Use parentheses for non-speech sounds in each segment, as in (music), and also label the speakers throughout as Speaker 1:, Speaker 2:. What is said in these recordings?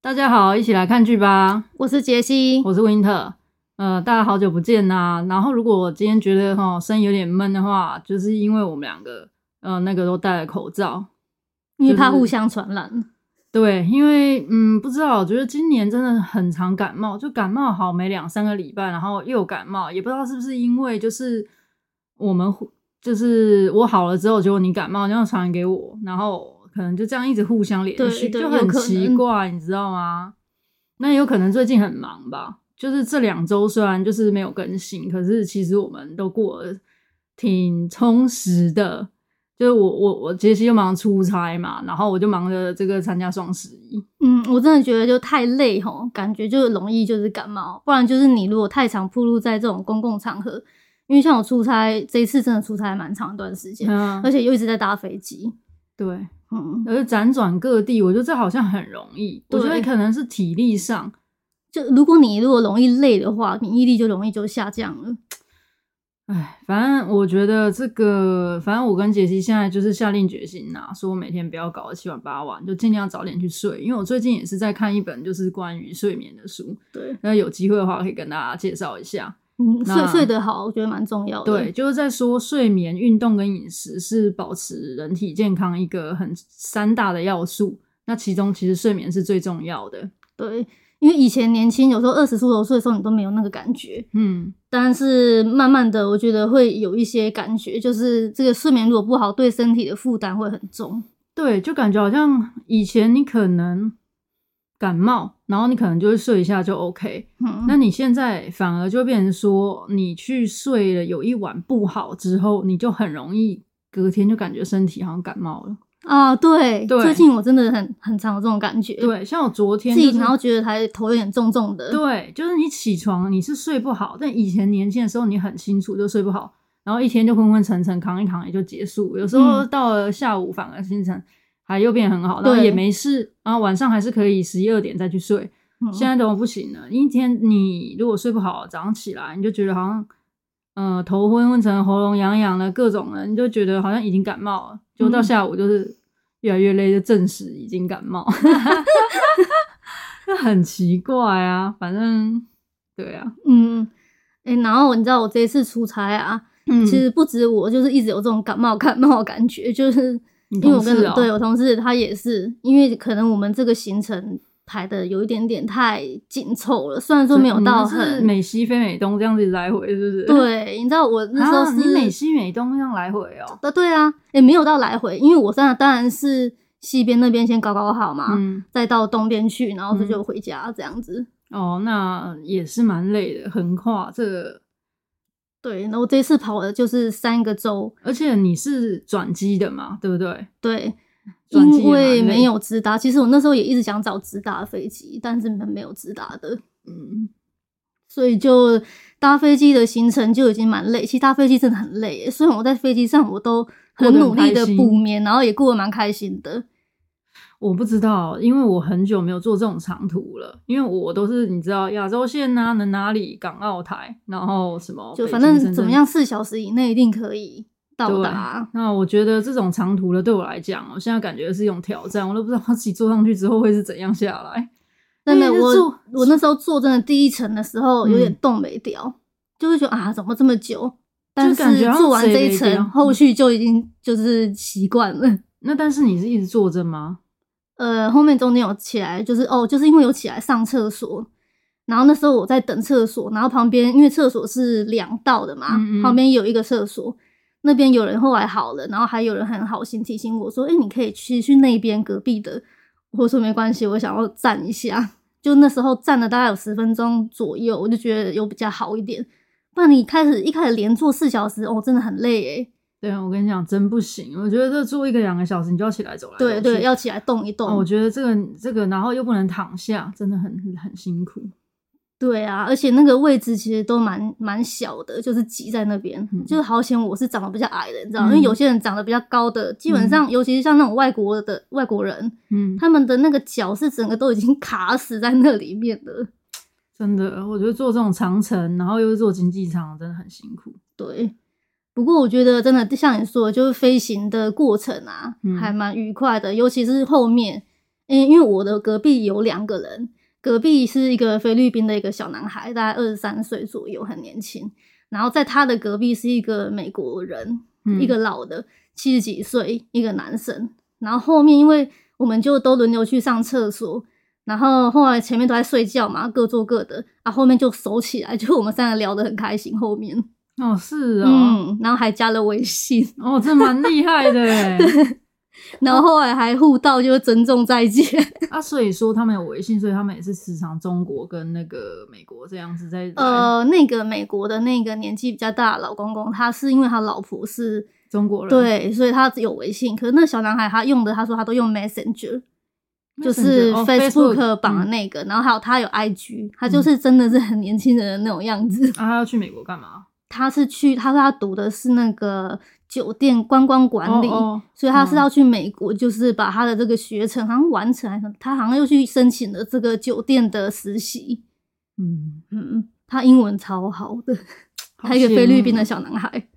Speaker 1: 大家好，一起来看剧吧！
Speaker 2: 我是杰西，
Speaker 1: 我是 Winter，呃，大家好久不见啦。然后，如果我今天觉得哈声音有点闷的话，就是因为我们两个呃那个都戴了口罩，
Speaker 2: 因为
Speaker 1: 就是
Speaker 2: 怕互相传染。
Speaker 1: 对，因为嗯，不知道，我觉得今年真的很常感冒，就感冒好没两三个礼拜，然后又感冒，也不知道是不是因为就是我们互就是我好了之后，结果你感冒，然后传染给我，然后可能就这样一直互相连
Speaker 2: 对
Speaker 1: 续，
Speaker 2: 对
Speaker 1: 就
Speaker 2: 有
Speaker 1: 很
Speaker 2: 可
Speaker 1: 奇
Speaker 2: 能
Speaker 1: 怪，你知道吗？那有可能最近很忙吧，就是这两周虽然就是没有更新，可是其实我们都过得挺充实的。就是我我我杰西就忙出差嘛，然后我就忙着这个参加双十一，
Speaker 2: 嗯，我真的觉得就太累吼，感觉就容易就是感冒，不然就是你如果太常暴露在这种公共场合，因为像我出差这一次真的出差蛮长一段时间，
Speaker 1: 嗯
Speaker 2: 而，且又一直在搭飞机，
Speaker 1: 对，
Speaker 2: 嗯，
Speaker 1: 而且辗转各地，我觉得这好像很容易，我觉得
Speaker 2: 对
Speaker 1: 可能是体力上，
Speaker 2: 就如果你如果容易累的话，免疫力就容易就下降了。
Speaker 1: 哎，反正我觉得这个，反正我跟杰西现在就是下定决心呐、说每天不要搞得七晚八晚，就尽量早点去睡，因为我最近也是在看一本就是关于睡眠的书，
Speaker 2: 对，
Speaker 1: 那有机会的话可以跟大家介绍一下。
Speaker 2: 嗯，
Speaker 1: 那
Speaker 2: 睡睡得好，我觉得蛮重要的。
Speaker 1: 对，，就是在说睡眠、运动跟饮食是保持人体健康一个很三大的要素。那其中其实睡眠是最重要的。
Speaker 2: 对，因为以前年轻，有时候二十出头岁的时候，你都没有那个感觉，
Speaker 1: 嗯，
Speaker 2: 但是慢慢的，我觉得会有一些感觉，就是这个睡眠如果不好，对身体的负担会很重。
Speaker 1: 对，就感觉好像以前你可能感冒，然后你可能就会睡一下就 OK，、
Speaker 2: 嗯，
Speaker 1: 那你现在反而就变成说，你去睡了有一晚不好之后，你就很容易隔天就感觉身体好像感冒了。
Speaker 2: 啊，对，
Speaker 1: 对
Speaker 2: 最近我真的很很常有这种感觉，，
Speaker 1: 对，像我昨天、
Speaker 2: 自
Speaker 1: 就是、
Speaker 2: 己然后觉得还头有点重重的，
Speaker 1: 对，就是你起床你是睡不好，但以前年轻的时候你很清楚就睡不好，然后一天就昏昏沉沉扛一扛也就结束，有时候
Speaker 2: 嗯
Speaker 1: 到了下午反而精神还又变很好，然后
Speaker 2: 对
Speaker 1: 也没事，然后晚上还是可以十一二点再去睡。
Speaker 2: 嗯，
Speaker 1: 现在都不行了，一天你如果睡不好，早上起来你就觉得好像。呃，头昏昏沉，喉咙痒痒的，各种的，你就觉得好像已经感冒了，就到
Speaker 2: 嗯
Speaker 1: 下午就是越来越累，就证实已经感
Speaker 2: (laughs)
Speaker 1: 冒，那很奇怪啊。反正对啊，
Speaker 2: 嗯，哎、然后你知道我这一次出差啊，
Speaker 1: 嗯
Speaker 2: 其实不止我，就是一直有这种感冒感冒的感觉，就是
Speaker 1: 你
Speaker 2: 因为我
Speaker 1: 同
Speaker 2: 跟、
Speaker 1: 事哦
Speaker 2: 对我同事他也是，因为可能我们这个行程排的有一点点太紧凑了，虽然说没有
Speaker 1: 你们
Speaker 2: 到
Speaker 1: 是
Speaker 2: 很
Speaker 1: 美西非美东这样子来回，是不是？
Speaker 2: 对，你知道我那时候
Speaker 1: 啊，你
Speaker 2: 是、
Speaker 1: 美西美东这样来回哦。
Speaker 2: 呃，对啊，也没有到来回，因为我当然当然是西边那边先搞搞好嘛，
Speaker 1: 嗯，
Speaker 2: 再到东边去，然后这
Speaker 1: 嗯
Speaker 2: 就回家这样子。
Speaker 1: 哦，那也是蛮累的，横跨这个
Speaker 2: 对，然后我这次跑的就是三个州，
Speaker 1: 而且你是转机的嘛，对不对？
Speaker 2: 对，
Speaker 1: 转机也
Speaker 2: 因为
Speaker 1: 蛮累
Speaker 2: 没有直达。其实我那时候也一直想找直达的飞机，但是没有直达的，
Speaker 1: 嗯，
Speaker 2: 所以就搭飞机的行程就已经蛮累。其实搭飞机真的很累耶，虽然我在飞机上我都
Speaker 1: 过
Speaker 2: 很
Speaker 1: 得很
Speaker 2: 努力
Speaker 1: 开
Speaker 2: 的
Speaker 1: 心
Speaker 2: 补眠，然后也过得蛮开心的。
Speaker 1: 我不知道，因为我很久没有做这种长途了，因为我都是你知道亚洲线啊，能哪里港澳台，然后什么，
Speaker 2: 就
Speaker 1: 北
Speaker 2: 反
Speaker 1: 京
Speaker 2: 正
Speaker 1: 深
Speaker 2: 怎么
Speaker 1: 圳
Speaker 2: 样，四小时以内一定可以到达。
Speaker 1: 那我觉得这种长途的对我来讲，我现在感觉是一种挑战，我都不知道自己坐上去之后会是怎样下来。
Speaker 2: 真的，
Speaker 1: 因为
Speaker 2: 我
Speaker 1: 坐
Speaker 2: 我那时候坐真的第一层的时候
Speaker 1: 嗯
Speaker 2: 有点冻没掉，就会觉得啊怎么这么久？但
Speaker 1: 感觉
Speaker 2: 是
Speaker 1: 好像
Speaker 2: 做完这一
Speaker 1: 谁没掉嗯
Speaker 2: 层，后续就已经就是习惯了。
Speaker 1: 那但是你是一直坐着吗？
Speaker 2: 呃，后面中间有起来，就是哦，就是因为有起来上厕所，然后那时候我在等厕所，然后旁边因为厕所是两道的嘛，
Speaker 1: 嗯嗯
Speaker 2: 旁边有一个厕所，那边有人后来好了，然后还有人很好心提醒我说，哎、你可以去去那边隔壁的，我说没关系，我想要站一下，就那时候站了大概有十分钟左右，我就觉得有比较好一点，不然你开始一开始连坐四小时，哦，真的很累诶、
Speaker 1: 对，我跟你讲，真不行。我觉得这坐一个两个小时，你就要起来走来走
Speaker 2: 对
Speaker 1: 去。
Speaker 2: 对，要起来动一动，
Speaker 1: 哦。我觉得这个这个，然后又不能躺下，真的很很很辛苦。
Speaker 2: 对啊，而且那个位置其实都蛮蛮小的，就是挤在那边，
Speaker 1: 嗯
Speaker 2: 就是好险我是长得比较矮的，你知道，
Speaker 1: 嗯
Speaker 2: 因为有些人长得比较高的，基本上、尤其是像那种外国的外国人，
Speaker 1: 嗯，
Speaker 2: 他们的那个脚是整个都已经 (laughs) 卡死在那里面的。
Speaker 1: 真的，我觉得坐这种长城，然后又是坐经济舱，真的很辛苦。
Speaker 2: 对，不过我觉得真的像你说的，就是飞行的过程啊，
Speaker 1: 嗯
Speaker 2: 还蛮愉快的，尤其是后面。嗯，因为我的隔壁有两个人，隔壁是一个菲律宾的一个小男孩，大概二十三岁左右，很年轻。然后在他的隔壁是一个美国人，
Speaker 1: 嗯
Speaker 2: 一个老的七十几岁，一个男生。然后后面因为我们就都轮流去上厕所，然后后来前面都在睡觉嘛，各做各的，啊，后面就熟起来，就我们三个聊得很开心。后面，
Speaker 1: 哦，是哦，
Speaker 2: 嗯，然后还加了微信， (laughs)
Speaker 1: 哦，这蛮厉害的哎。
Speaker 2: 然后后来还互道就是珍重再见。
Speaker 1: 啊，所以说他们有微信，所以他们也是时常中国跟那个美国这样子在来
Speaker 2: (laughs) 呃，那个美国的那个年纪比较大的老公公，他是因为他老婆是
Speaker 1: 中国人，
Speaker 2: 对，所以他只有微信。可是那小男孩他用的，他说他都用 Messenger，
Speaker 1: Messenger，
Speaker 2: 就
Speaker 1: 哦
Speaker 2: 是
Speaker 1: Facebook
Speaker 2: 绑的
Speaker 1: 嗯
Speaker 2: 那个，然后还有他有 IG，他就是真的是很年轻人的那种样子。
Speaker 1: 啊，他要去美国干嘛？
Speaker 2: 他是去，他说他读的是那个酒店观光管理，
Speaker 1: 哦哦
Speaker 2: 所以他是
Speaker 1: 嗯
Speaker 2: 要去美国，就是把他的这个学程好像完成，还是他好像又去申请了这个酒店的实习。
Speaker 1: 嗯，
Speaker 2: 嗯，他英文超好的，
Speaker 1: (laughs) 好
Speaker 2: 还有一个
Speaker 1: 羡
Speaker 2: 菲律宾的
Speaker 1: 慕
Speaker 2: 小男
Speaker 1: (laughs)
Speaker 2: 孩。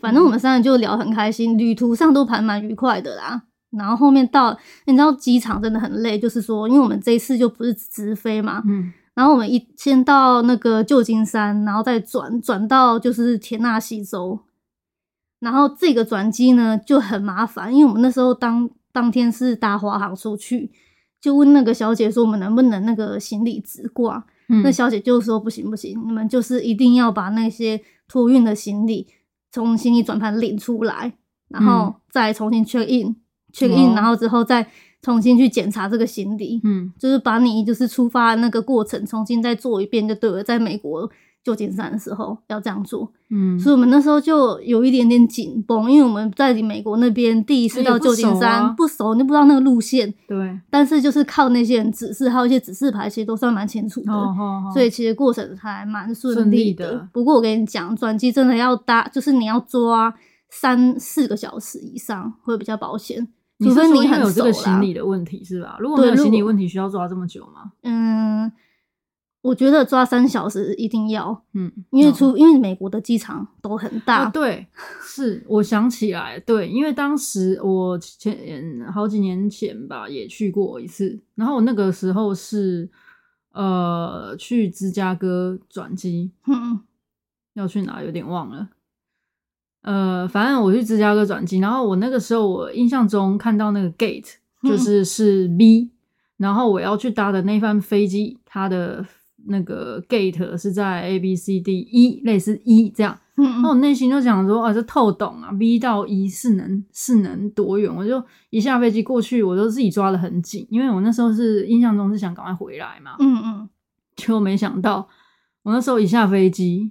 Speaker 2: 反正我们三个就聊很开心，旅途上都还蛮愉快的啦。然后后面到，你知道机场真的很累，就是说，因为我们这一次就不是直飞嘛，
Speaker 1: 嗯
Speaker 2: 然后我们一先到那个旧金山，然后再转转到就是田纳西州，然后这个转机呢就很麻烦，因为我们那时候当当天是搭华航出去，就问那个小姐说我们能不能那个行李直挂，
Speaker 1: 嗯，
Speaker 2: 那小姐就说不行不行，你们就是一定要把那些托运的行李从行李转盘领出来，然后
Speaker 1: 嗯
Speaker 2: 再重新 check in check
Speaker 1: 哦
Speaker 2: in，、然后之后再重新去检查这个行李，
Speaker 1: 嗯
Speaker 2: 就是把你就是出发的那个过程重新再做一遍就对了。在美国旧金山的时候要这样做，
Speaker 1: 嗯，
Speaker 2: 所以我们那时候就有一点点紧绷，因为我们在美国那边第一次
Speaker 1: 也
Speaker 2: 到
Speaker 1: 不
Speaker 2: 旧金
Speaker 1: 熟
Speaker 2: 山、
Speaker 1: 啊
Speaker 2: 不熟，你就不知道那个路线，
Speaker 1: 对，
Speaker 2: 但是就是靠那些人指示，还有一些指示牌，其实都算蛮清楚的。
Speaker 1: 哦哦，哦
Speaker 2: 所以其实过程还蛮顺
Speaker 1: 顺
Speaker 2: 利
Speaker 1: 利
Speaker 2: 的。
Speaker 1: 的
Speaker 2: 不过我跟你讲，转机真的要搭，就是你要抓三四个小时以上会比较保险，
Speaker 1: 你
Speaker 2: 除
Speaker 1: 是
Speaker 2: 非
Speaker 1: 说因为
Speaker 2: 很
Speaker 1: 有这
Speaker 2: 熟
Speaker 1: 个行
Speaker 2: 啦。
Speaker 1: 李的问题是吧？如果
Speaker 2: 对
Speaker 1: 没有
Speaker 2: 如
Speaker 1: 行李
Speaker 2: 果
Speaker 1: 问题，需要抓这么久吗？
Speaker 2: 嗯，我觉得抓三小时一定要，
Speaker 1: 嗯，
Speaker 2: 因为
Speaker 1: 哦
Speaker 2: 除、因为美国的机场都很大，
Speaker 1: 哦、对，是我想起来，对，因为当时我前好几年前吧，也去过一次，然后我那个时候是呃去芝加哥转机，
Speaker 2: 嗯，
Speaker 1: 要去哪有点忘了。呃，反正我去芝加哥转机，然后我那个时候我印象中看到那个 gate 就
Speaker 2: 嗯
Speaker 1: 是是 B，、然后我要去搭的那班飞机，它的那个 gate 是在 A B C D E 类似 E 这样，
Speaker 2: 嗯
Speaker 1: 那我
Speaker 2: 嗯
Speaker 1: 内心就想说，啊，这透懂啊，B 到一是能是能多远？我就一下飞机过去，我都自己抓的很紧，因为我那时候是印象中是想赶快回来嘛，
Speaker 2: 嗯嗯，
Speaker 1: 结果没想到我那时候一下飞机，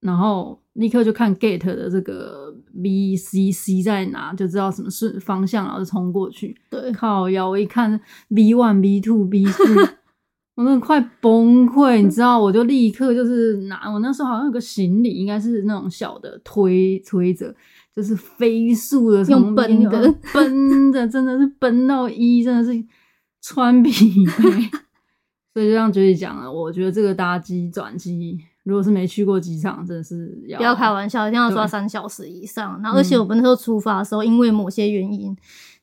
Speaker 1: 然后立刻就看 gate 的这个 B C C 在哪，就知道什么是方向，然后就冲过去。
Speaker 2: 对，
Speaker 1: 靠腰，我一看 B one、B two、B three，我 (laughs) 真的快崩溃，你知道？我就立刻就是拿我那时候好像有个行李，应该是那种小的推推着，就是飞速的
Speaker 2: 用
Speaker 1: 从哦
Speaker 2: 奔的
Speaker 1: (laughs) 奔的，真的是奔到一，真的是穿皮带。所以就像觉得讲了，我觉得这个搭机转机，如果是没去过机场，真的是要
Speaker 2: 不要开玩笑，一定要抓
Speaker 1: 对
Speaker 2: 三小时以上。然后，而且
Speaker 1: 嗯
Speaker 2: 我们那时候出发的时候，因为某些原因，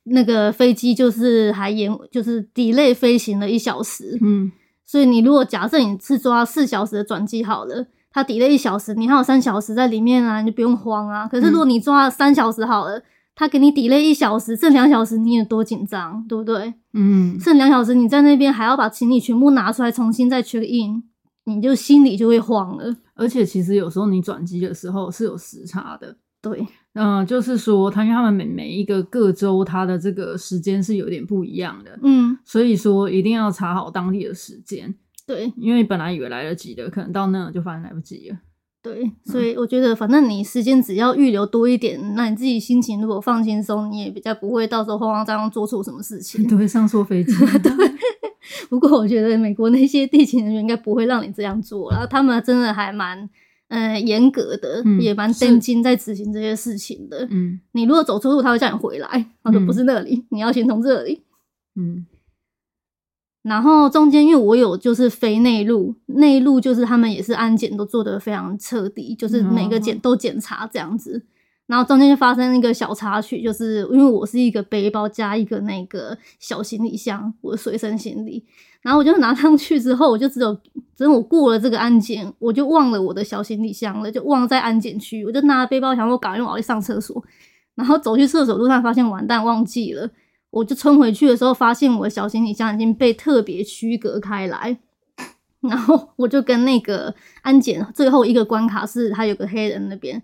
Speaker 2: 那个飞机就是还延，就是 delay 飞行了一小时。
Speaker 1: 嗯，
Speaker 2: 所以你如果假设你是抓四小时的转机好了，它 delay 一小时，你还有三小时在里面啊，你就不用慌啊。可
Speaker 1: 嗯
Speaker 2: 是如果你抓了三小时好了，它给你 delay 一小时，剩两小时你也多紧张，对不对？
Speaker 1: 嗯，
Speaker 2: 剩两小时你在那边还要把行李全部拿出来重新再 check in，你就心里就会慌了。
Speaker 1: 而且其实有时候你转机的时候是有时差的。
Speaker 2: 对，
Speaker 1: 嗯、就是说，他因为他们每每一个各州，它的这个时间是有点不一样的，
Speaker 2: 嗯，
Speaker 1: 所以说一定要查好当地的时间，
Speaker 2: 对。
Speaker 1: 因为本来以为来得及的，可能到那就发现来不及了。
Speaker 2: 对，所以我觉得，反正你时间只要预留多一点，那你自己心情如果放轻松，你也比较不会到时候慌慌张张做错什么事情。
Speaker 1: 都会上错飞机，
Speaker 2: (laughs) 不过我觉得美国那些地勤人员应该不会让你这样做啦，然后他们真的还蛮呃严格的，
Speaker 1: 嗯
Speaker 2: 也蛮
Speaker 1: 是
Speaker 2: 认真在执行这些事情的。
Speaker 1: 嗯
Speaker 2: 你如果走错路，他会叫你回来，他说
Speaker 1: 嗯
Speaker 2: 不是那里，你要先从这里。
Speaker 1: 嗯
Speaker 2: 然后中间因为我有就是飞内陆，内陆就是他们也是安检都做得非常彻底，就是每个检都检查这样子。然后中间就发生一个小插曲，就是因为我是一个背包加一个那个小行李箱，我的随身行李。然后我就拿上去之后，我就只有只有我过了这个安检，我就忘了我的小行李箱了，就忘在安检区。我就拿背包，想说赶快我要去上厕所，然后走去厕所路上发现完蛋忘记了，我就冲回去的时候发现我的小行李箱已经被特别区隔开来。 (laughs) 然后我就跟那个安检最后一个关卡是，他有个黑人那边，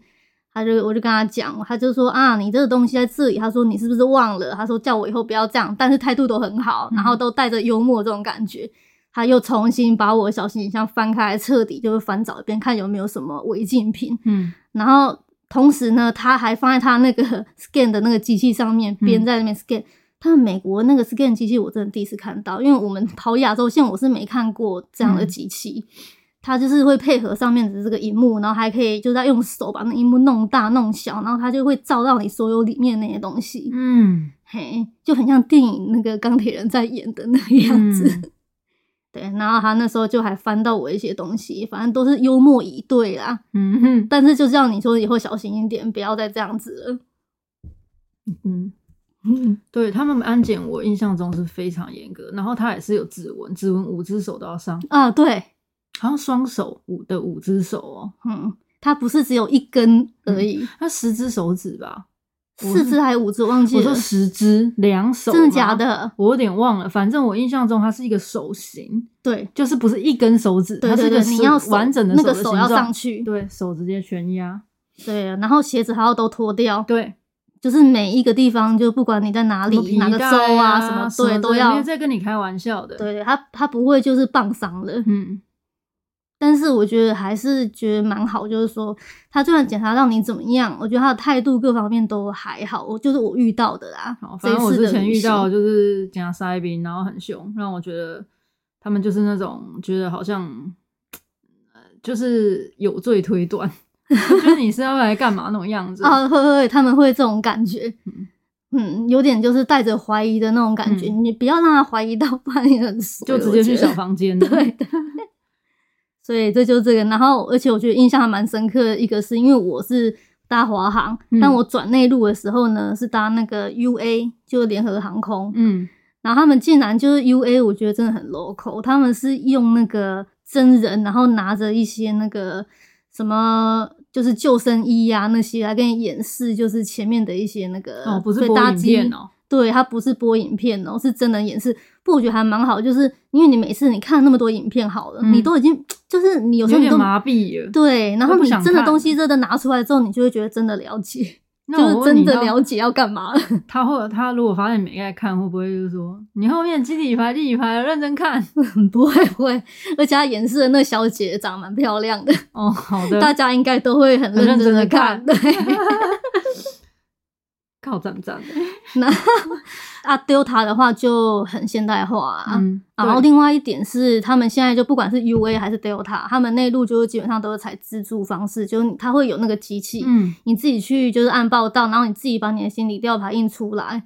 Speaker 2: 他就我就跟他讲，他就说啊，你这个东西在这里，他说你是不是忘了？他说叫我以后不要这样，但是态度都很好，然后都带着幽默这种感觉。他又重新把我的小行李箱翻开来，彻底就是翻找一遍，看有没有什么违禁品。
Speaker 1: 嗯，
Speaker 2: 然后同时呢，他还放在他那个 (laughs) scan 的那个机器上面，边在那边 scan。他们美国那个 scan 机器，我真的第一次看到，因为我们跑亚洲线，我是没看过这样的机器。它就是会配合上面的这个荧幕，然后还可以就在用手把那荧幕弄大弄小，然后它就会照到你所有里面那些东西，
Speaker 1: 嗯，
Speaker 2: 嘿，就很像电影那个钢铁人在演的那个样子。
Speaker 1: 嗯
Speaker 2: 对，然后他那时候就还翻到我一些东西，反正都是幽默以对啦。
Speaker 1: 嗯哼
Speaker 2: 但是就像你说，以后小心一点，不要再这样子了。
Speaker 1: 嗯，对他们安检，我印象中是非常严格，然后他也是有指纹，指纹五只手都要上，
Speaker 2: 啊，对，
Speaker 1: 好像双手五的五只手哦，
Speaker 2: 嗯，它不是只有一根而已，
Speaker 1: 那十只手指吧，嗯我是
Speaker 2: 四只还是五只，我忘记
Speaker 1: 我
Speaker 2: 了
Speaker 1: 说，十只，两手，
Speaker 2: 真的假？的？
Speaker 1: 我有点忘了，反正我印象中它是一个手型，
Speaker 2: 对，
Speaker 1: 就是不是一根手指，
Speaker 2: 对对
Speaker 1: 它
Speaker 2: 对，
Speaker 1: 是一
Speaker 2: 你
Speaker 1: 个
Speaker 2: 要
Speaker 1: 手
Speaker 2: 手
Speaker 1: 完整的
Speaker 2: 那
Speaker 1: 的
Speaker 2: 个
Speaker 1: 形
Speaker 2: 手
Speaker 1: 状，
Speaker 2: 要上去，
Speaker 1: 对手直接全压，
Speaker 2: 对，啊然后鞋子还要都脱掉，
Speaker 1: 对，
Speaker 2: 就是每一个地方，就不管你在哪
Speaker 1: 什么
Speaker 2: 里，
Speaker 1: 皮
Speaker 2: 哪个
Speaker 1: 带
Speaker 2: 州
Speaker 1: 啊，
Speaker 2: 什么
Speaker 1: 么
Speaker 2: 对
Speaker 1: 的
Speaker 2: 都
Speaker 1: 没
Speaker 2: 要
Speaker 1: 有，在跟你开玩笑的，，
Speaker 2: 对对，它它不会就是棒伤了。
Speaker 1: 嗯
Speaker 2: 但是我觉得还是觉得蛮好，就是说他就算检查到你怎么样，我觉得他的态度各方面都还好。我就是我遇到的啦
Speaker 1: 好，，
Speaker 2: 这
Speaker 1: 哦反正我
Speaker 2: 次
Speaker 1: 之
Speaker 2: 的
Speaker 1: 前
Speaker 2: 旅
Speaker 1: 遇
Speaker 2: 行
Speaker 1: 到就是讲塞宾，然后很凶，让我觉得他们就是那种觉得好像，呃，就是有罪推断， (laughs) 我觉得你是要来干嘛那种样子。
Speaker 2: 啊，会会会，他们会这种感觉
Speaker 1: 嗯，
Speaker 2: 嗯，有点就是带着怀疑的那种感觉，
Speaker 1: 嗯
Speaker 2: 你不要让他怀疑到，不然你很
Speaker 1: (laughs)
Speaker 2: 衰
Speaker 1: 就直
Speaker 2: 我
Speaker 1: 接
Speaker 2: 觉
Speaker 1: 去
Speaker 2: 得
Speaker 1: 小房间
Speaker 2: (laughs)
Speaker 1: 了。
Speaker 2: 对对。所以这就是这个，然后而且我觉得印象还蛮深刻的一个是因为我是搭华航，
Speaker 1: 嗯
Speaker 2: 但我转内陆的时候呢是搭那个 UA，就是联合航空，
Speaker 1: 嗯，
Speaker 2: 然后他们竟然就是 U A，我觉得真的很 local。他们是用那个真人，然后拿着一些那个什么，就是救生衣呀、那些来给你演示，就是前面的一些那个
Speaker 1: 哦，不是
Speaker 2: 对
Speaker 1: 播
Speaker 2: 搭
Speaker 1: 影
Speaker 2: 机
Speaker 1: 片哦，
Speaker 2: 对，它不是播影片哦，是真人演示。不过我觉得还蛮好，就是因为你每次你看那么多影片好了，
Speaker 1: 嗯
Speaker 2: 你都已经就是你有时
Speaker 1: 有
Speaker 2: 候你
Speaker 1: 点
Speaker 2: 都
Speaker 1: 麻痹了。
Speaker 2: 对，然后
Speaker 1: 都不
Speaker 2: 你
Speaker 1: 想
Speaker 2: 真的
Speaker 1: 看
Speaker 2: 东西真的拿出来之后，你就会觉得真的了解，
Speaker 1: 那
Speaker 2: 就
Speaker 1: 我
Speaker 2: 是
Speaker 1: 问
Speaker 2: 真
Speaker 1: 你
Speaker 2: 的
Speaker 1: 他
Speaker 2: 了解要干嘛。
Speaker 1: 他或者他如果发现你没在看，会不会就是说你后面基底牌、地底牌认真看？
Speaker 2: (laughs) 不会不会，而且她演示的那小姐长蛮漂亮的，
Speaker 1: 哦，好的，
Speaker 2: 大家应该都会很
Speaker 1: 很认
Speaker 2: 真
Speaker 1: 真
Speaker 2: 的
Speaker 1: 的
Speaker 2: 看。 (laughs)
Speaker 1: 看
Speaker 2: 对，
Speaker 1: (laughs) 靠赞不赞的？
Speaker 2: 那啊丢塔的话就很现代化啊。
Speaker 1: 嗯，
Speaker 2: 然后
Speaker 1: 对
Speaker 2: 另外一点是，他们现在就不管是 U A 还是 Delta，他们内陆就是基本上都是采自助方式，就是你它会有那个机器，
Speaker 1: 嗯
Speaker 2: 你自己去就是按报到，然后你自己把你的行李吊牌印出来，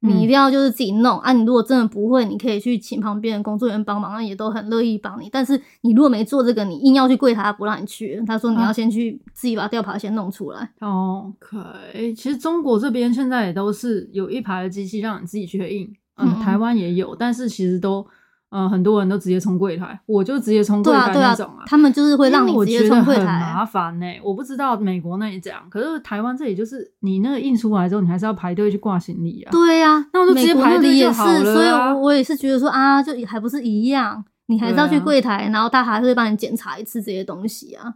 Speaker 2: 你一
Speaker 1: 嗯
Speaker 2: 定要就是自己弄啊！你如果真的不会，你可以去请旁边的工作人员帮忙，那也都很乐意帮你。但是你如果没做这个，你硬要去柜台，他不让你去。他说你要
Speaker 1: 啊
Speaker 2: 先去自己把吊牌先弄出来。
Speaker 1: OK，其实中国这边现在也都是有一排的机器让你自己确印，嗯，
Speaker 2: 嗯
Speaker 1: 台湾也有，但是其实都，嗯，很多人都直接冲柜台，我就直接冲柜
Speaker 2: 对啊，
Speaker 1: 台
Speaker 2: 对
Speaker 1: 那
Speaker 2: 啊
Speaker 1: 种啊，，
Speaker 2: 他们就是会让你
Speaker 1: 因为我
Speaker 2: 直接
Speaker 1: 觉得
Speaker 2: 冲柜
Speaker 1: 很
Speaker 2: 台。啊
Speaker 1: 麻烦呢、我不知道美国那里这样，可是台湾这里就是你那个印出来之后，你还是要排队去挂行李啊。
Speaker 2: 对呀、啊，
Speaker 1: 那我就直
Speaker 2: 美
Speaker 1: 接
Speaker 2: 国
Speaker 1: 排
Speaker 2: 那
Speaker 1: 队
Speaker 2: 里
Speaker 1: 就
Speaker 2: 也是，
Speaker 1: 好了
Speaker 2: 所以
Speaker 1: 啊
Speaker 2: 我我也是觉得说啊，就还不是一样，你还是要去
Speaker 1: 对啊
Speaker 2: 柜台，然后他还会帮你检查一次这些东西啊。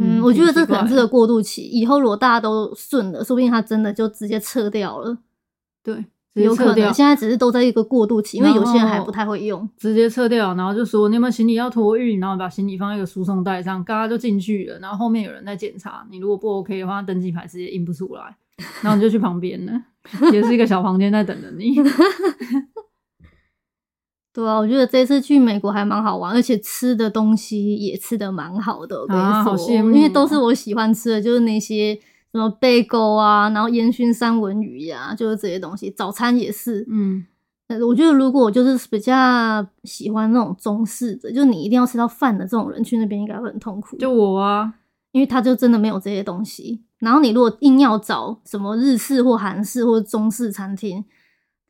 Speaker 2: 嗯，
Speaker 1: 嗯
Speaker 2: 我觉
Speaker 1: 挺
Speaker 2: 得这
Speaker 1: 奇
Speaker 2: 可能
Speaker 1: 怪
Speaker 2: 是个过渡期，以后如果大家都顺了，说不定他真的就直接撤掉了。
Speaker 1: 对，直接
Speaker 2: 有
Speaker 1: 撤
Speaker 2: 可
Speaker 1: 掉
Speaker 2: 能，现在只是都在一个过渡期，因为有些人还
Speaker 1: 然后
Speaker 2: 不太会用。
Speaker 1: 嗯直接撤掉，然后就说你有没有行李要托运，然后把行李放在一个输送带上，嘎嘎就进去了，然后后面有人在检查，你如果不 OK 的话，登记牌直接印不出来，然后你就去旁边了，也是一个小房间在等着
Speaker 2: (laughs)
Speaker 1: 你。
Speaker 2: 对啊，我觉得这次去美国还蛮好玩，而且吃的东西也吃的蛮好的。我跟你说，
Speaker 1: 啊好羡慕哦
Speaker 2: 因为都是我喜欢吃的，就是那些什么贝狗啊，然后烟熏三文鱼呀、就是这些东西。早餐也是，
Speaker 1: 嗯，
Speaker 2: 呃我觉得如果我就是比较喜欢那种中式的，就是你一定要吃到饭的这种人，去那边应该会很痛苦，
Speaker 1: 就我啊，
Speaker 2: 因为他就真的没有这些东西。然后你如果硬要找什么日式或韩式或中式餐厅，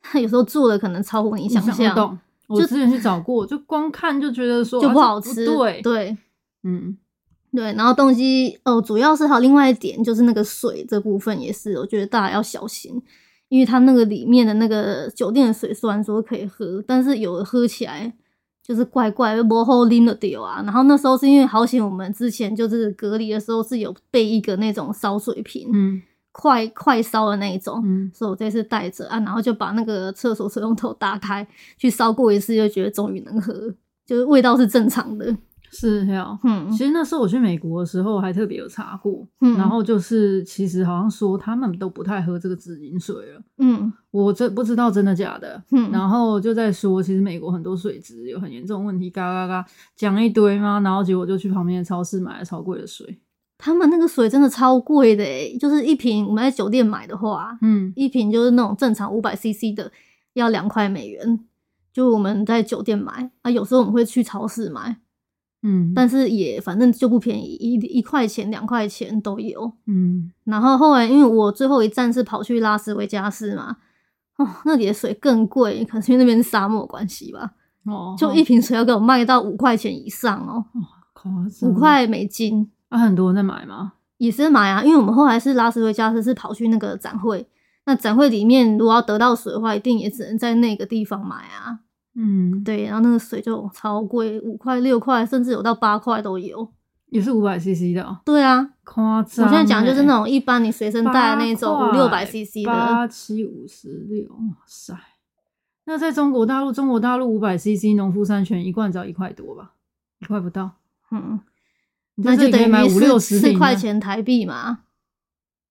Speaker 2: 它有时候做的可能超乎你想
Speaker 1: 我不
Speaker 2: 象，
Speaker 1: 懂。我之前去找过，就光看就觉得说
Speaker 2: (laughs) 就
Speaker 1: 啊
Speaker 2: 不
Speaker 1: 这
Speaker 2: 好吃。
Speaker 1: 对，
Speaker 2: 对，
Speaker 1: 嗯，
Speaker 2: 对，然后东西哦，主要是还有另外一点就是那个水这部分也是，我觉得大家要小心，因为它那个里面的那个酒店的水虽然说可以喝，但是有的喝起来就是怪怪，不后拎的丢啊。然后那时候是因为好险，我们之前就是隔离的时候是有备一个那种烧水瓶，
Speaker 1: 嗯
Speaker 2: 快快烧的那一种，
Speaker 1: 嗯，
Speaker 2: 所以我这次带着啊，然后就把那个厕所水龙头打开去烧过一次，就觉得终于能喝，就是味道是正常的。
Speaker 1: 是呀。
Speaker 2: 嗯
Speaker 1: 其实那时候我去美国的时候，我还特别有查过，
Speaker 2: 嗯
Speaker 1: 然后就是其实好像说他们都不太喝这个紫银水了，
Speaker 2: 嗯
Speaker 1: 我这不知道真的假的。
Speaker 2: 嗯，
Speaker 1: 然后就在说，其实美国很多水质有很严重的问题，嘎嘎嘎讲一堆嘛，然后结果就去旁边的超市买了超贵的水，
Speaker 2: 他们那个水真的超贵的欸、就是一瓶我们在酒店买的话，
Speaker 1: 嗯，
Speaker 2: 一瓶就是那种正常五百 CC 的，要两块美元。就我们在酒店买啊，有时候我们会去超市买，
Speaker 1: 嗯，
Speaker 2: 但是也反正就不便宜，一一块钱、两块钱都有。
Speaker 1: 嗯
Speaker 2: 然后后来因为我最后一站是跑去拉斯维加斯嘛，哦，那里的水更贵，可能是因为那边是沙漠的关系吧，
Speaker 1: 哦，
Speaker 2: 就一瓶水要给我卖到五块钱以上哦，
Speaker 1: 夸张
Speaker 2: 五，块美金。
Speaker 1: 啊，很多人在买吗？
Speaker 2: 也是买啊，因为我们后来是拉斯维加斯是跑去那个展会，那展会里面如果要得到水的话，一定也只能在那个地方买啊。
Speaker 1: 嗯，
Speaker 2: 对，然后那个水就超贵，五块、六块，甚至有到八块都有。
Speaker 1: 也是五百 CC 的、哦，
Speaker 2: 对啊，
Speaker 1: 夸
Speaker 2: 我
Speaker 1: 张欸、
Speaker 2: 现在讲的就是那种一般你随身带的那种五六
Speaker 1: 八块
Speaker 2: 百 CC 的，
Speaker 1: 八七五十六，哇塞！那在中国大陆，中国大陆五百 CC 农夫山泉一罐只要一块多吧，一块不到，
Speaker 2: 嗯，
Speaker 1: 你在
Speaker 2: 那
Speaker 1: 这
Speaker 2: 就
Speaker 1: 里可
Speaker 2: 等
Speaker 1: 以买
Speaker 2: 于
Speaker 1: 五六
Speaker 2: 四
Speaker 1: 十
Speaker 2: 四
Speaker 1: 瓶啊
Speaker 2: 块
Speaker 1: 的，
Speaker 2: 钱台币嘛，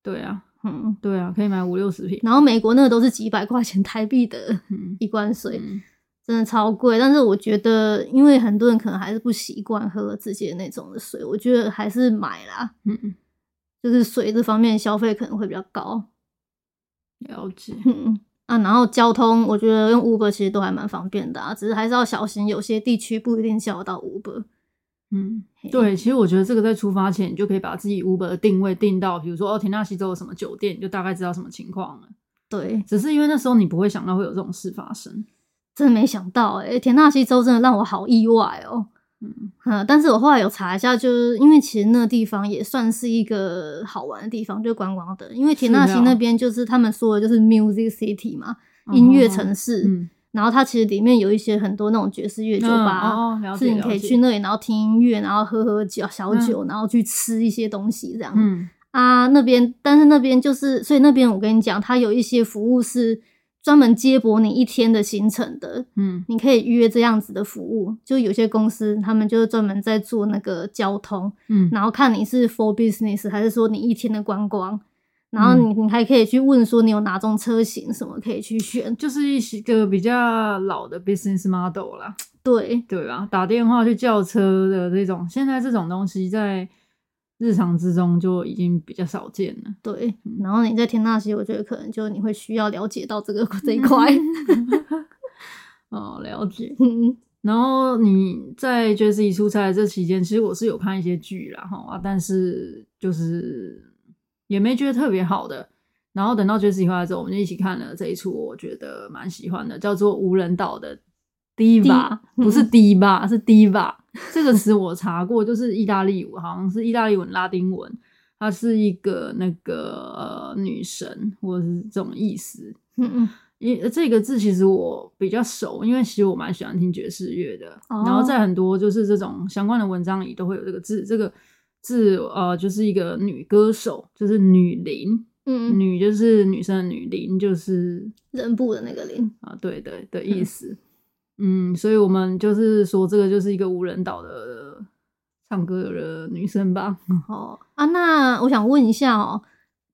Speaker 1: 对啊，
Speaker 2: 嗯。
Speaker 1: 对啊，可以买五六十瓶，
Speaker 2: 然后美国那个都是几百块钱台币的
Speaker 1: 嗯，
Speaker 2: 一罐水，
Speaker 1: 嗯
Speaker 2: 真的超贵，但是我觉得，因为很多人可能还是不习惯喝自己的那种的水，我觉得还是买啦，
Speaker 1: 嗯，
Speaker 2: 就是水这方面消费可能会比较高。
Speaker 1: 了解，
Speaker 2: 嗯啊，然后交通，我觉得用 Uber 其实都还蛮方便的啊，只是还是要小心，有些地区不一定叫得到 Uber。
Speaker 1: 嗯。
Speaker 2: 嘿
Speaker 1: 对，其实我觉得这个在出发前，你就可以把自己 Uber 的定位定到，比如说哦，田纳西州有什么酒店，你就大概知道什么情况了。
Speaker 2: 对，
Speaker 1: 只是因为那时候你不会想到会有这种事发生。
Speaker 2: 真的没想到诶、田纳西州真的让我好意外哦、
Speaker 1: 嗯
Speaker 2: 嗯，但是我后来有查一下，就是因为其实那个地方也算是一个好玩的地方，就观光的。因为田纳
Speaker 1: 是
Speaker 2: 西
Speaker 1: 啊
Speaker 2: 那边就是他们说的就是 music city 嘛，音乐城市。
Speaker 1: 嗯，
Speaker 2: 然后它其实里面有一些很多那种爵士乐酒吧，
Speaker 1: 嗯哦哦了解
Speaker 2: 是你可以
Speaker 1: 了解
Speaker 2: 去那里，然后听音乐，然后喝喝酒小酒，然后去吃一些东西这样。
Speaker 1: 嗯
Speaker 2: 啊，那边但是那边就是，所以那边我跟你讲，它有一些服务是专门接驳你一天的行程的。
Speaker 1: 嗯
Speaker 2: 你可以约这样子的服务，就有些公司他们就是专门在做那个交通，
Speaker 1: 嗯，
Speaker 2: 然后看你是 for business 还是说你一天的观光，然后
Speaker 1: 嗯
Speaker 2: 你你还可以去问说你有哪种车型什么可以去选，
Speaker 1: 就是一些个比较老的 business model 啦，
Speaker 2: 对，
Speaker 1: 对吧？打电话去叫车的这种，现在这种东西在日常之中就已经比较少见了。
Speaker 2: 对
Speaker 1: 嗯，
Speaker 2: 然后你在田纳西，我觉得可能就你会需要了解到这个 (laughs) 这一块。
Speaker 1: (laughs) 哦，了解。
Speaker 2: 嗯
Speaker 1: 然后你在 Jersey 出差的这期间，其实我是有看一些剧啦，哈啊，但是就是也没觉得特别好的。然后等到 Jersey 回来之后，我们就一起看了这一出，我觉得蛮喜欢的，叫做《无人岛的 Diva》，(laughs)
Speaker 2: 嗯
Speaker 1: 不是 Diva，是 Diva 这个词我查过，就是意大利文，好像是意大利文拉丁文，它是一个那个、呃、女神或者是这种意思。
Speaker 2: 嗯嗯，
Speaker 1: 因呃这个字其实我比较熟，因为其实我蛮喜欢听爵士乐的，
Speaker 2: 哦
Speaker 1: 然后在很多就是这种相关的文章里都会有这个字，这个字呃就是一个女歌手，就是女伶，
Speaker 2: 嗯，
Speaker 1: 女就是女生的女伶，就是
Speaker 2: 人部的那个零，
Speaker 1: 啊、对对的意思，嗯所以我们就是说这个就是一个无人岛的唱歌的女生吧，
Speaker 2: 哦啊，那我想问一下哦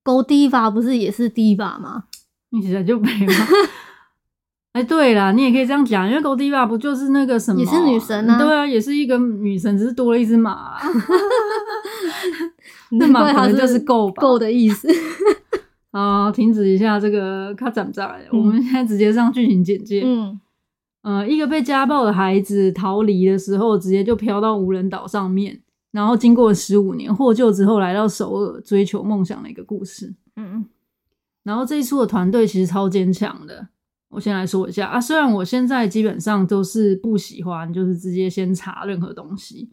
Speaker 2: ，Go Diva 不是也是 Diva 吗？
Speaker 1: 一起来就北嘛。 (laughs) 哎，对啦，你也可以这样讲，因为 Godiva 不就是那个什么，
Speaker 2: 也是女神啊
Speaker 1: 对啊，也是一个女神，只是多了一只马、啊
Speaker 2: (laughs)
Speaker 1: 那
Speaker 2: 难怪
Speaker 1: 马
Speaker 2: 它
Speaker 1: 可能就是是够吧。
Speaker 2: 啊够的意
Speaker 1: (laughs)
Speaker 2: 思。
Speaker 1: 啊、停止一下这个咔展展，
Speaker 2: 嗯
Speaker 1: 我们现在直接上剧情简介。
Speaker 2: 嗯，
Speaker 1: 呃，一个被家暴的孩子逃离的时候，直接就飘到无人岛上面，然后经过十五年获救之后来到首尔追求梦想的一个故事。
Speaker 2: 嗯
Speaker 1: 然后这一出的团队其实超坚强的。我先来说一下啊，虽然我现在基本上都是不喜欢，就是直接先查任何东西。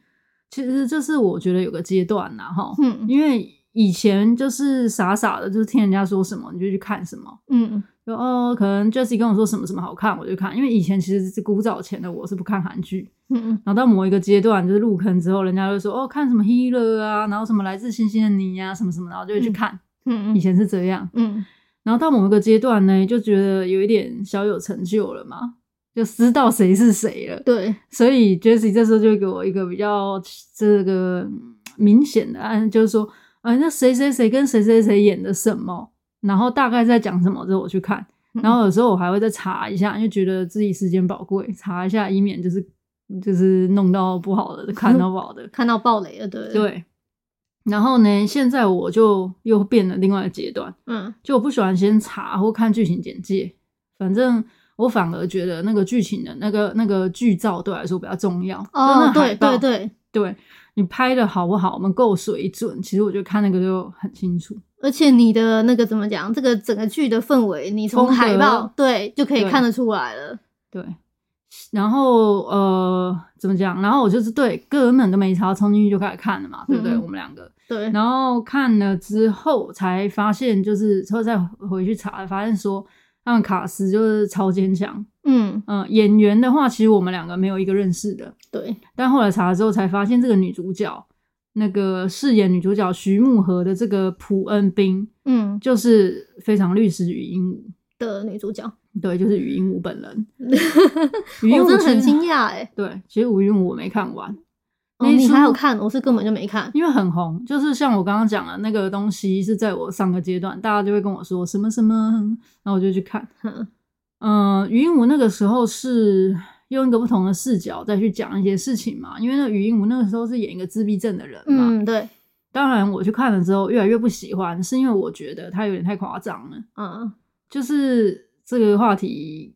Speaker 1: 其实这是我觉得有个阶段呐，哈，
Speaker 2: 嗯
Speaker 1: 因为以前就是傻傻的，就是听人家说什么你就去看什么，
Speaker 2: 嗯
Speaker 1: 就哦，可能 Jessie 跟我说什么什么好看，我就看。因为以前其实是古早前的我是不看韩剧，
Speaker 2: 嗯
Speaker 1: 然后到某一个阶段就是入坑之后，人家就说哦，看什么 Healer 啊，然后什么来自星星的你呀、啊，什么什么，然后就会去看。
Speaker 2: 嗯
Speaker 1: 以前是这样，
Speaker 2: 嗯
Speaker 1: 然后到某一个阶段呢，就觉得有一点小有成就了嘛，就知道谁是谁了。
Speaker 2: 对，
Speaker 1: 所以 Jessie 这时候就给我一个比较这个嗯明显的案，就是说，啊，那谁谁谁跟谁谁谁演的什么，然后大概在讲什么之后我去看，然后有时候我还会再查一下，因为觉得自己时间宝贵，查一下，以免就是就是弄到不好的，看到不好
Speaker 2: (laughs)
Speaker 1: 的，
Speaker 2: 看到暴雷了，对
Speaker 1: 对。然后呢，现在我就又变了另外一个阶段，
Speaker 2: 嗯
Speaker 1: 就我不喜欢先查或看剧情简介，反正我反而觉得那个剧情的那个那个剧照对我来说比较重要。就
Speaker 2: 哦
Speaker 1: 那，
Speaker 2: 对
Speaker 1: 海报
Speaker 2: 对对，
Speaker 1: 对你拍的好不好，我们够水准，其实我觉得看那个就很清楚。
Speaker 2: 而且你的那个怎么讲，这个整个剧的氛围，你从
Speaker 1: 风格
Speaker 2: 海报对就可以
Speaker 1: 对
Speaker 2: 看得出来了，
Speaker 1: 对，然后呃，怎么讲？然后我就是对根本都没查，冲进去就开始看了嘛，对不对？
Speaker 2: 嗯
Speaker 1: 我们两个，
Speaker 2: 对，
Speaker 1: 然后看了之后才发现，就是之后再回去查，发现说他们卡斯就是超坚强。
Speaker 2: 嗯
Speaker 1: 嗯、演员的话，其实我们两个没有一个认识的，
Speaker 2: 对，
Speaker 1: 但后来查了之后才发现，这个女主角，那个饰演女主角徐慕和的这个朴恩斌，
Speaker 2: 嗯
Speaker 1: 就是非常律师语音舞，
Speaker 2: 的女主角，对
Speaker 1: 对，就是语音舞本人。语音
Speaker 2: (laughs) 我
Speaker 1: 舞其
Speaker 2: 真的
Speaker 1: 实
Speaker 2: 很惊讶哎，
Speaker 1: 对，其实语音舞我没看完，
Speaker 2: 哦，
Speaker 1: 那一
Speaker 2: 你
Speaker 1: 出
Speaker 2: 还有看，我是根本就没看， (laughs)
Speaker 1: 因为很红。就是像我刚刚讲的那个东西，是在我上个阶段，大家就会跟我说什么什么，然后我就去看。
Speaker 2: 嗯
Speaker 1: 嗯、语音舞那个时候是用一个不同的视角再去讲一些事情嘛，因为那语音舞那个时候是演一个自闭症的人嘛，
Speaker 2: 嗯对，
Speaker 1: 当然，我去看了之后越来越不喜欢，是因为我觉得它有点太夸张了。
Speaker 2: 嗯
Speaker 1: 就是这个话题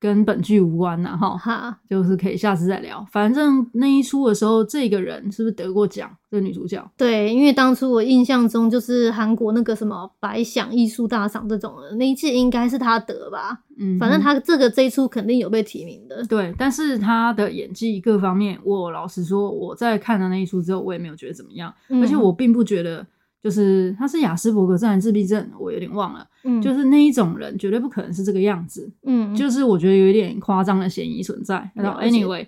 Speaker 1: 跟本剧无关呐、哈，
Speaker 2: 哈，
Speaker 1: 就是可以下次再聊。反正那一出的时候，这个人是不是得过奖？这个女主角，
Speaker 2: 对，因为当初我印象中就是韩国那个什么百想艺术大赏这种的，那一届应该是他得吧，
Speaker 1: 嗯，
Speaker 2: 反正他这个这一出肯定有被提名的。
Speaker 1: 对，但是她的演技各方面，我老实说，我在看了那一出之后，我也没有觉得怎么样，而
Speaker 2: 嗯
Speaker 1: 且我并不觉得。就是她是雅斯伯格症还是自闭症，我有点忘了。
Speaker 2: 嗯
Speaker 1: 就是那一种人，绝对不可能是这个样子。
Speaker 2: 嗯
Speaker 1: 就是我觉得有一点夸张的嫌疑存在。然后
Speaker 2: 了解
Speaker 1: ，anyway，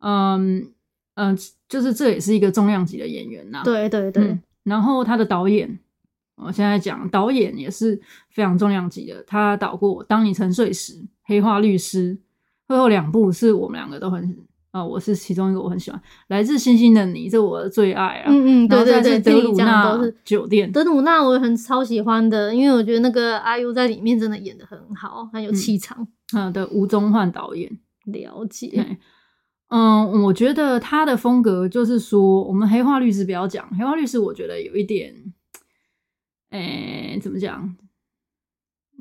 Speaker 1: 嗯嗯、呃就是这也是一个重量级的演员呐、，
Speaker 2: 对对对，
Speaker 1: 嗯。然后他的导演，我现在讲导演也是非常重量级的，他导过《当你沉睡时》《黑化律师》，最后两部是我们两个都很啊、我是其中一个我很喜欢，《来自星星的你》这我的最爱啊。
Speaker 2: 嗯
Speaker 1: 然
Speaker 2: 嗯，对
Speaker 1: 后
Speaker 2: 对
Speaker 1: 再
Speaker 2: 对，
Speaker 1: 是德
Speaker 2: 听你
Speaker 1: 鲁
Speaker 2: 讲的都
Speaker 1: 纳嗯
Speaker 2: 是
Speaker 1: 酒店，
Speaker 2: 德鲁纳，我很超喜欢的，因为我觉得那个 IU 在里面真的演的很好，很有气场。
Speaker 1: 嗯的吴宗焕导演，
Speaker 2: 了解，
Speaker 1: 对，嗯，我觉得他的风格就是说，我们黑化律师不要讲，黑化律师我觉得有一点，诶、怎么讲？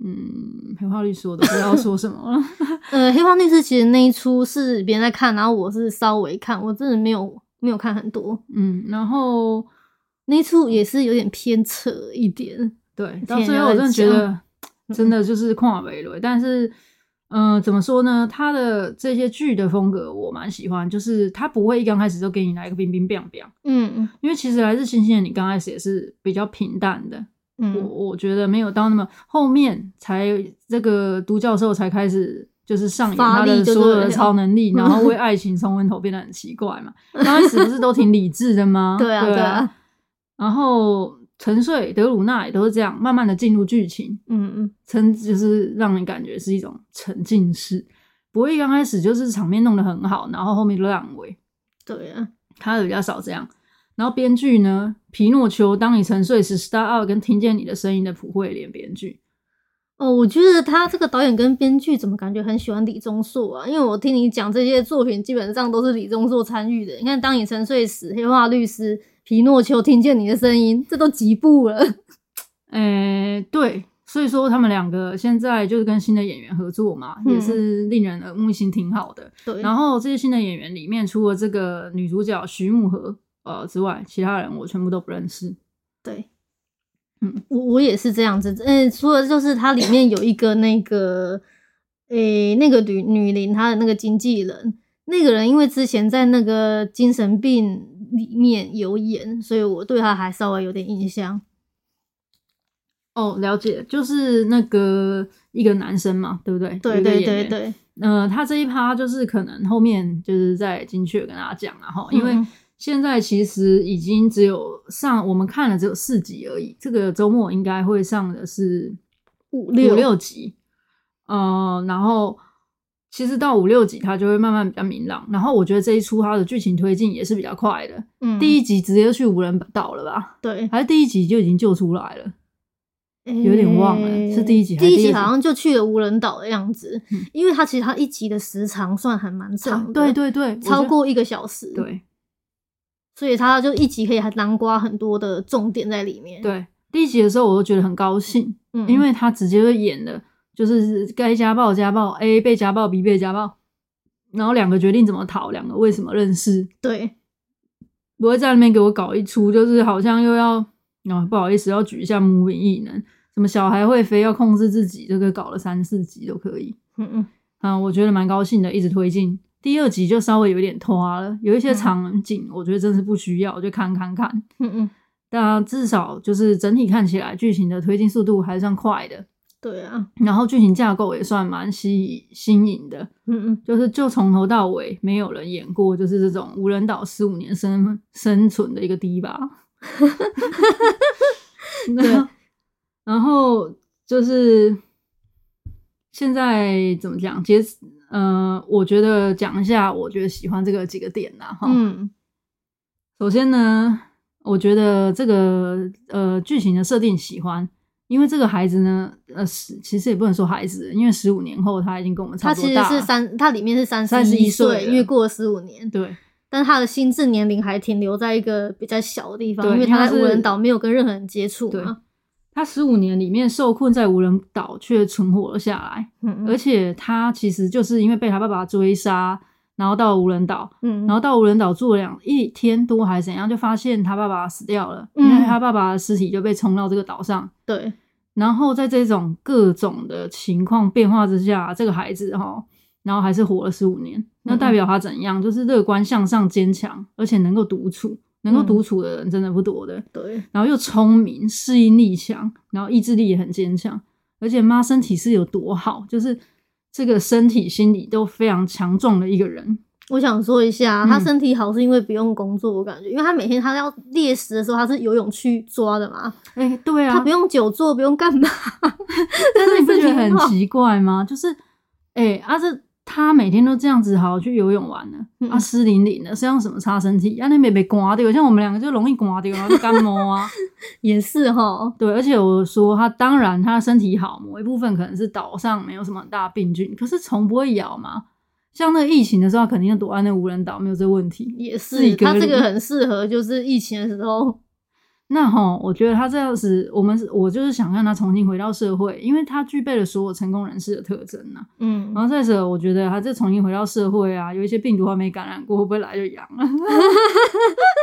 Speaker 1: 嗯，黑化律师我都不知道说什么了。 (laughs)
Speaker 2: 呃，黑化律师其实那一出是别人在看，然后我是稍微看，我真的没有没有看很多。
Speaker 1: 嗯，然后
Speaker 2: 那一出也是有点偏扯一点，
Speaker 1: 对，到
Speaker 2: 天
Speaker 1: 最
Speaker 2: 要
Speaker 1: 后我真
Speaker 2: 再
Speaker 1: 的觉
Speaker 2: 讲
Speaker 1: 得真的就是跨维了。但是，嗯、怎么说呢？他的这些剧的风格我蛮喜欢，就是他不会一刚开始就给你来个冰冰冰冰，
Speaker 2: 嗯
Speaker 1: 因为其实来自星星的你刚开始也是比较平淡的，我
Speaker 2: 嗯
Speaker 1: 我觉得没有到那么后面才这个独教授才开始就是上演
Speaker 2: 发
Speaker 1: 他
Speaker 2: 力
Speaker 1: 的
Speaker 2: 就
Speaker 1: 所有
Speaker 2: 对
Speaker 1: 的
Speaker 2: 了？
Speaker 1: 超能力，然后为爱情冲昏头变得很奇怪嘛。刚开始不是都挺理智的吗
Speaker 2: (laughs) 对啊
Speaker 1: 对
Speaker 2: 对啊。
Speaker 1: 然后沉睡德鲁纳也都是这样，慢慢的进入剧情，
Speaker 2: 嗯
Speaker 1: 沉就是让人感觉是一种沉浸式，不会刚开始就是场面弄得很好，然后后面就烂尾。
Speaker 2: 对啊，
Speaker 1: 他的比较少这样。然后编剧呢，皮诺丘，当你沉睡时，Star 二跟听见你的声音的朴慧莲编剧，
Speaker 2: 哦，我觉得他这个导演跟编剧怎么感觉很喜欢李钟硕啊？因为我听你讲这些作品，基本上都是李钟硕参与的。你看，《当你沉睡时》《黑化律师》《皮诺丘》《听见你的声音》，这都几部了。
Speaker 1: 诶、对，所以说他们两个现在就是跟新的演员合作嘛，
Speaker 2: 嗯
Speaker 1: 也是令人耳目一新，挺好的。
Speaker 2: 对，
Speaker 1: 然后这些新的演员里面，除了这个女主角徐慕和，呃之外，其他人我全部都不认识。
Speaker 2: 对，
Speaker 1: 嗯，
Speaker 2: 我我也是这样子。嗯、除了就是它里面有一个那个，诶、那个女女伶她的那个经纪人，那个人因为之前在那个精神病里面有演，所以我对她还稍微有点印象。
Speaker 1: 哦，了解，就是那个一个男生嘛，对不对？有
Speaker 2: 对
Speaker 1: 一个
Speaker 2: 对
Speaker 1: 演
Speaker 2: 对
Speaker 1: 员。
Speaker 2: 对，
Speaker 1: 呃，他这一趴就是可能后面就是再精确跟大家讲了啊哈，因为
Speaker 2: 嗯
Speaker 1: 现在其实已经只有上我们看了只有四集而已，这个周末应该会上的是
Speaker 2: 五
Speaker 1: 五
Speaker 2: 六
Speaker 1: 六集，呃，然后其实到五六集它就会慢慢比较明朗，然后我觉得这一出它的剧情推进也是比较快的，
Speaker 2: 嗯，
Speaker 1: 第一集直接去无人岛了吧？
Speaker 2: 对，
Speaker 1: 还是第一集就已经救出来了？有点忘了
Speaker 2: 诶
Speaker 1: 是第一集还是
Speaker 2: 第一
Speaker 1: 第二
Speaker 2: 集
Speaker 1: 集
Speaker 2: 好像就去了无人岛的样子，
Speaker 1: 嗯
Speaker 2: 因为它其实它一集的时长算还蛮长的，
Speaker 1: 对对对，我觉
Speaker 2: 超
Speaker 1: 得
Speaker 2: 过一个小时，，
Speaker 1: 对
Speaker 2: 所以它就一集可以还囊括很多的重点在里面，，
Speaker 1: 对第一集的时候我都觉得很高兴，
Speaker 2: 嗯，
Speaker 1: 因为他直接就演了，就是该家暴家暴，A 被家暴，B 被家暴，然后两个决定怎么逃，两个为什么认识，
Speaker 2: 对
Speaker 1: 不会在那边给我搞一出，就是好像又要啊不好意思要举一下母语异能，什么小孩会飞要控制自己，这个搞了三四集都可以，
Speaker 2: 嗯嗯
Speaker 1: 啊，我觉得蛮高兴的，一直推进。第二集就稍微有点拖了，有一些
Speaker 2: 嗯
Speaker 1: 场景我觉得真是不需要，就看看看。
Speaker 2: 嗯嗯，
Speaker 1: 但至少就是整体看起来剧情的推进速度还算快的，
Speaker 2: 对啊，
Speaker 1: 然后剧情架构也算蛮吸新颖的，
Speaker 2: 嗯嗯
Speaker 1: 就是就从头到尾没有人演过，就是这种无人岛十五年生生存的一个堤 (laughs) 坝。然后，然后就是现在怎么讲？截止呃，我觉得讲一下，我觉得喜欢这个几个点呐、哈。
Speaker 2: 嗯
Speaker 1: 首先呢，我觉得这个呃剧情的设定喜欢，因为这个孩子呢，呃，十其实也不能说孩子，因为十五年后他已经跟我们差
Speaker 2: 它
Speaker 1: 不
Speaker 2: 其
Speaker 1: 多
Speaker 2: 实
Speaker 1: 大了，
Speaker 2: 是三，它里面是三一
Speaker 1: 31岁了
Speaker 2: 因为过了十五年，
Speaker 1: 对
Speaker 2: 但他的心智年龄还停留在一个比较小的地方，
Speaker 1: 对
Speaker 2: 因为
Speaker 1: 因为
Speaker 2: 他
Speaker 1: 它
Speaker 2: 在无
Speaker 1: 是
Speaker 2: 人岛没有跟任何人接触
Speaker 1: 对
Speaker 2: 嘛，。
Speaker 1: 他十五年里面受困在无人岛，却存活了下来，
Speaker 2: 嗯
Speaker 1: 而且他其实就是因为被他爸爸追杀，然后到无人岛，
Speaker 2: 嗯，
Speaker 1: 然后到无人岛住了两一天多还是怎样，就发现他爸爸死掉了，
Speaker 2: 嗯
Speaker 1: 因为他爸爸的尸体就被冲到这个岛上，
Speaker 2: 对，
Speaker 1: 然后在这种各种的情况变化之下，这个孩子哈，然后还是活了十五年，那代表他怎样？就是乐观向上、坚强，而且能够独处。能够独处的人真的不多的，
Speaker 2: 对，
Speaker 1: 然后又聪明、适应力强，然后意志力也很坚强，而且妈身体是有多好，就是这个身体、心理都非常强壮的一个人。
Speaker 2: 我想说一下，
Speaker 1: 嗯
Speaker 2: 他身体好是因为不用工作，我感觉，因为他每天他要猎食的时候，他是游泳去抓的嘛，
Speaker 1: 哎、对
Speaker 2: 他
Speaker 1: 啊
Speaker 2: 不，用久坐，不用干嘛， (laughs)
Speaker 1: (laughs) 但是你不
Speaker 2: 身
Speaker 1: 觉
Speaker 2: 体
Speaker 1: 得很
Speaker 2: 好
Speaker 1: 奇怪吗？就是，哎、啊这他每天都这样子，好去游泳玩了，
Speaker 2: 嗯
Speaker 1: 啊湿淋淋的，身上什么擦身体，啊那没被刮掉，像我们两个就容易刮掉，然 (laughs) 后就干摸啊。
Speaker 2: 也是哈，
Speaker 1: 对，而且我说他当然他身体好，某一部分可能是岛上没有什么很大病菌，可是虫不会咬嘛。像那个疫情的时候，他肯定要躲在那无人岛，没有这问题。
Speaker 2: 也
Speaker 1: 自己
Speaker 2: 是，
Speaker 1: 隔
Speaker 2: 他这
Speaker 1: 离
Speaker 2: 个很适合就是疫情的时候，
Speaker 1: 那哈，我觉得他这样子，我们我就是想让他重新回到社会，因为他具备了所有成功人士的特征啊呐、
Speaker 2: (laughs) 嗯
Speaker 1: 然，后再者，我觉得他这重新回到社会啊，有一些病毒还没感染过，会不会来就阳了？
Speaker 2: (laughs)
Speaker 1: (laughs)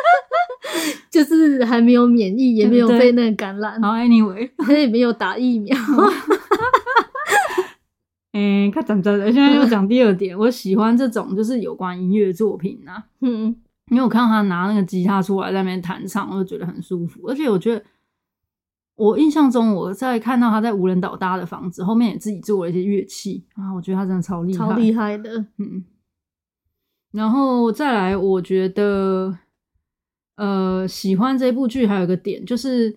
Speaker 2: 就是还没有免疫，也没有
Speaker 1: 对
Speaker 2: 被那个感染 (laughs)
Speaker 1: 然，后 anyway，
Speaker 2: 他也没有打疫 (laughs) 苗，
Speaker 1: 嗯，看讲讲，现在又讲第二点，我喜欢这种就是有关音乐作品啊，
Speaker 2: 嗯
Speaker 1: 因为我看到他拿那个吉他出来在那边弹唱，我就觉得很舒服。而且我觉得，我印象中我在看到他在无人岛搭的房子后面也自己做了一些乐器啊，我觉得他真的超厉害，
Speaker 2: 超厉害的，
Speaker 1: 嗯，然后再来，我觉得，呃，喜欢这部剧还有一个点就是，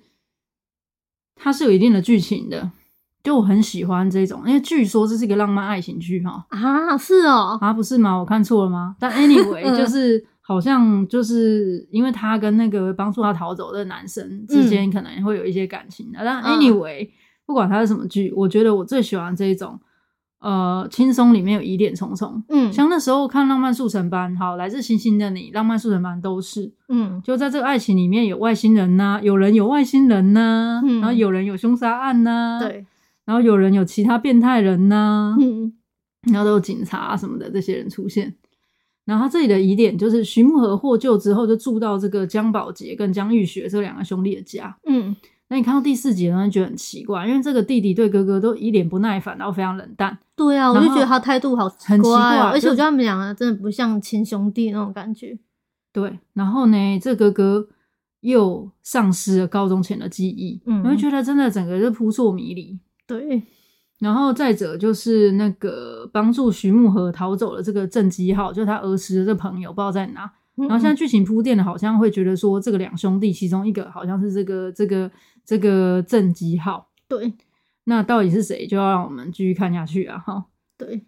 Speaker 1: 它是有一定的剧情的，就我很喜欢这种，因为据说这是一个浪漫爱情剧哈，
Speaker 2: 啊，是哦，
Speaker 1: 啊，不是吗？我看错了吗？
Speaker 2: (laughs)
Speaker 1: 但 anyway，
Speaker 2: 嗯
Speaker 1: 就是好像就是因为他跟那个帮助他逃走的男生之间可能会有一些感情的，但
Speaker 2: 嗯
Speaker 1: anyway，、不管它是什么剧，我觉得我最喜欢这一种。呃，轻松里面有疑点重重，
Speaker 2: 嗯
Speaker 1: 像那时候看《浪漫速成班》，好，来自星星的你，《浪漫速成班》都是，
Speaker 2: 嗯
Speaker 1: 就在这个爱情里面有外星人呐、有人有外星人呐、
Speaker 2: 嗯
Speaker 1: 然后有人有凶杀案呐、，
Speaker 2: 对，
Speaker 1: 然后有人有其他变态人呐、
Speaker 2: 嗯
Speaker 1: 然后都有警察、什么的这些人出现，然后这里的疑点就是徐慕和获救之后，就住到这个江宝杰跟江玉学这两个兄弟的家。
Speaker 2: 嗯
Speaker 1: 那你看到第四集，然后觉得很奇怪，因为这个弟弟对哥哥都一脸不耐烦，然后非常冷淡。
Speaker 2: 对啊，我
Speaker 1: 然
Speaker 2: 就
Speaker 1: 后
Speaker 2: 觉得他态度好
Speaker 1: 很奇
Speaker 2: 怪
Speaker 1: 怪
Speaker 2: 哦，而且
Speaker 1: 就
Speaker 2: 我觉得他们两个真的不像亲兄弟那种感觉。
Speaker 1: 对，然后呢，这哥哥又丧失了高中前的记忆，
Speaker 2: 嗯
Speaker 1: 我就觉得真的整个就扑朔迷离。
Speaker 2: 对，
Speaker 1: 然后再者就是那个帮助徐慕和逃走的这个郑基浩，就是他儿时的这朋友，不知道在哪。
Speaker 2: 然
Speaker 1: 然后现在剧情铺垫的，好像会觉得说这个两兄弟其中一个好像是这个这个这个郑基浩，
Speaker 2: 对
Speaker 1: 那到底是谁，就要让我们继续看下去啊！哈，
Speaker 2: 对，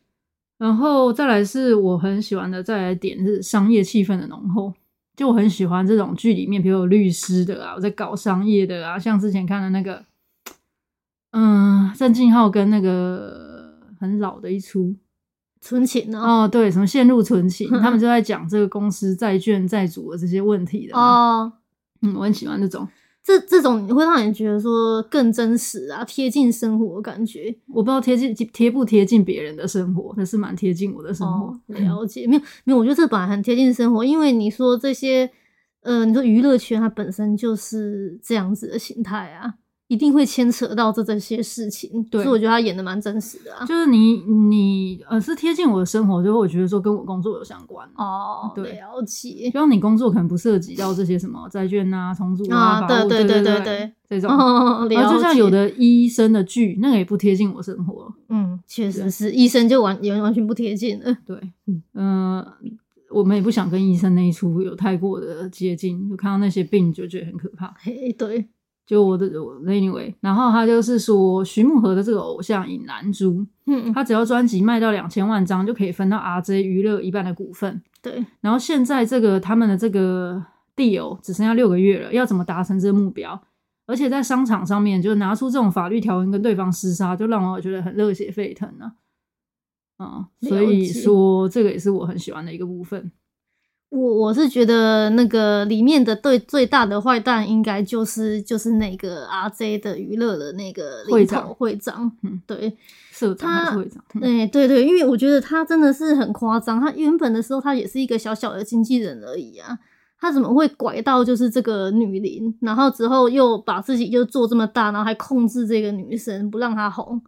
Speaker 1: 然后再来是我很喜欢的，再来点是商业气氛的浓厚。就我很喜欢这种剧里面，比如有律师的啊，我在搞商业的啊，像之前看的那个，嗯，郑敬浩跟那个很老的一出
Speaker 2: 纯情哦。
Speaker 1: 哦，对，什么陷入纯
Speaker 2: (laughs)
Speaker 1: 情，
Speaker 2: 嗯
Speaker 1: 他们就在讲这个公司债券债主的这些问题的嘛。
Speaker 2: 哦，
Speaker 1: 嗯，我很喜欢这种，
Speaker 2: 这这种会让你觉得说更真实啊，贴近生活的感觉。
Speaker 1: 我不知道贴近贴不贴近别人的生活，但是蛮贴近我的生活。
Speaker 2: 哦，了解，没有没有，我觉得这本来很贴近生活，因为你说这些，呃，你说娱乐圈它本身就是这样子的形态啊，一定会牵扯到这这些事情，
Speaker 1: 对
Speaker 2: 所以我觉得他演的蛮真实的啊。
Speaker 1: 就是你你呃是贴近我的生活，就会我觉得说跟我工作有相关。
Speaker 2: 哦，
Speaker 1: 对
Speaker 2: 了解，
Speaker 1: 希望你工作可能不涉及到这些什么债券啊、重组
Speaker 2: 啊
Speaker 1: 法务
Speaker 2: 对
Speaker 1: 对
Speaker 2: 对
Speaker 1: 对
Speaker 2: 对对
Speaker 1: 这种。
Speaker 2: 哦， (laughs)
Speaker 1: 然
Speaker 2: 了解，
Speaker 1: 后就像有，的医生的剧，那个也不贴近我生活。
Speaker 2: 嗯，确实是，医生就完也完全不贴近了，
Speaker 1: 对，
Speaker 2: 嗯
Speaker 1: 嗯、呃，我们也不想跟医生那一出有太过的接近，就看到那些病就觉得很可怕。
Speaker 2: 嘿，对，
Speaker 1: 就我的我 anyway，然后他就是说徐慕和的这个偶像尹南珠，(laughs)
Speaker 2: 嗯，
Speaker 1: 他只要专辑卖到两千万张，就可以分到 RJ 娱乐一半的股份。
Speaker 2: 对，
Speaker 1: 然后现在这个他们的这个 deal 只剩下六个月了，要怎么达成这个目标？而且在商场上面，就拿出这种法律条文跟对方厮杀，就让我觉得很热血沸腾啊！嗯，
Speaker 2: 了解
Speaker 1: 所以说这个也是我很喜欢的一个部分。
Speaker 2: 我我是觉得那个里面的最最大的坏蛋，应该就是就是那个 RJ 的娱乐的那个领
Speaker 1: 会
Speaker 2: 头
Speaker 1: 长
Speaker 2: 会长，
Speaker 1: 嗯
Speaker 2: 对，
Speaker 1: 社长
Speaker 2: 他
Speaker 1: 还是会长，嗯
Speaker 2: 哎、对对，因为我觉得他真的是很夸张，他原本的时候他也是一个小小的经纪人而已啊，他怎么会拐到就是这个女伶，然后之后又把自己就做这么大，然后还控制这个女生不让她红，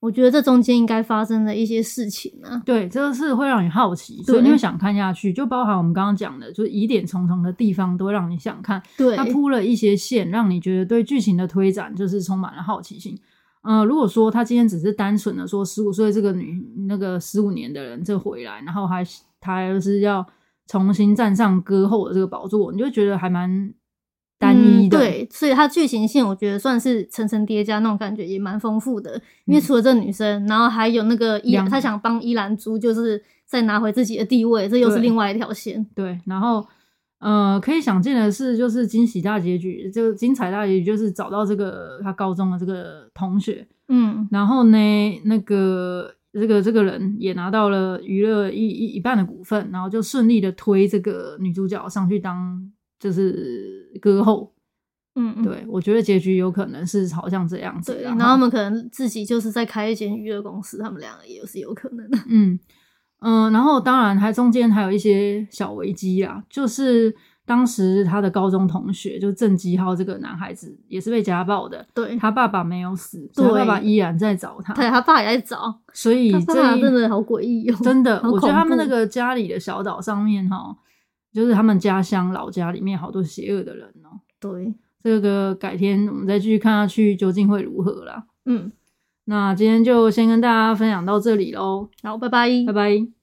Speaker 2: 我觉得这中间应该发生了一些事情啊，
Speaker 1: 对，这个是会让你好奇，所以
Speaker 2: 对
Speaker 1: 你会想看下去。就包含我们刚刚讲的，就是疑点重重的地方，都会让你想看。
Speaker 2: 对
Speaker 1: 它，铺了一些线，让你觉得对剧情的推展就是充满了好奇心。呃，如果说他今天只是单纯的说十五岁这个女那个十五年的人这回来，然后还他就是要重新站上歌后的这个宝座，你就觉得还蛮单一
Speaker 2: 嗯
Speaker 1: 的。
Speaker 2: 对，所以它剧情线我觉得算是层层叠加，那种感觉也蛮丰富的。因为除了这女生，然后还有那个
Speaker 1: 嗯
Speaker 2: 伊，
Speaker 1: 两
Speaker 2: 他想帮伊兰珠，就是再拿回自己的地位，这又是
Speaker 1: 对
Speaker 2: 另外一条线。
Speaker 1: 对，然后呃，可以想见的是，就是惊喜大结局，就精彩大结局，就是找到这个他高中的这个同学，
Speaker 2: 嗯，
Speaker 1: 然后呢，那个这个这个人也拿到了娱乐一一一半的股份，然后就顺利的推这个女主角上去当就是歌后。
Speaker 2: 嗯嗯，
Speaker 1: 对我觉得结局有可能是好像这样子
Speaker 2: 对。
Speaker 1: 啦。
Speaker 2: 然后他们可能自己就是在开一间娱乐公司，他们两个也是有可能的。 (laughs)
Speaker 1: 嗯嗯、呃然后当然还中间还有一些小危机啦，就是当时他的高中同学就郑基浩这个男孩子也是被家暴的，
Speaker 2: 对，
Speaker 1: 他爸爸没有死，所以他
Speaker 2: 嗯对
Speaker 1: 爸爸依然在找他，
Speaker 2: 对他爸也在找，
Speaker 1: 所以
Speaker 2: 他
Speaker 1: 这
Speaker 2: 爸爸
Speaker 1: 一
Speaker 2: 真的好诡异哦，
Speaker 1: 真的，
Speaker 2: 好
Speaker 1: 我觉得他们
Speaker 2: 恐
Speaker 1: 那
Speaker 2: 怖
Speaker 1: 个家里的小岛上面哈，就是他们家乡老家里面好多邪恶的人哦、
Speaker 2: 对，
Speaker 1: 这个改天我们再继续看下去究竟会如何啦。
Speaker 2: 嗯，
Speaker 1: 那今天就先跟大家分享到这里喽，
Speaker 2: 好，拜拜
Speaker 1: 拜拜。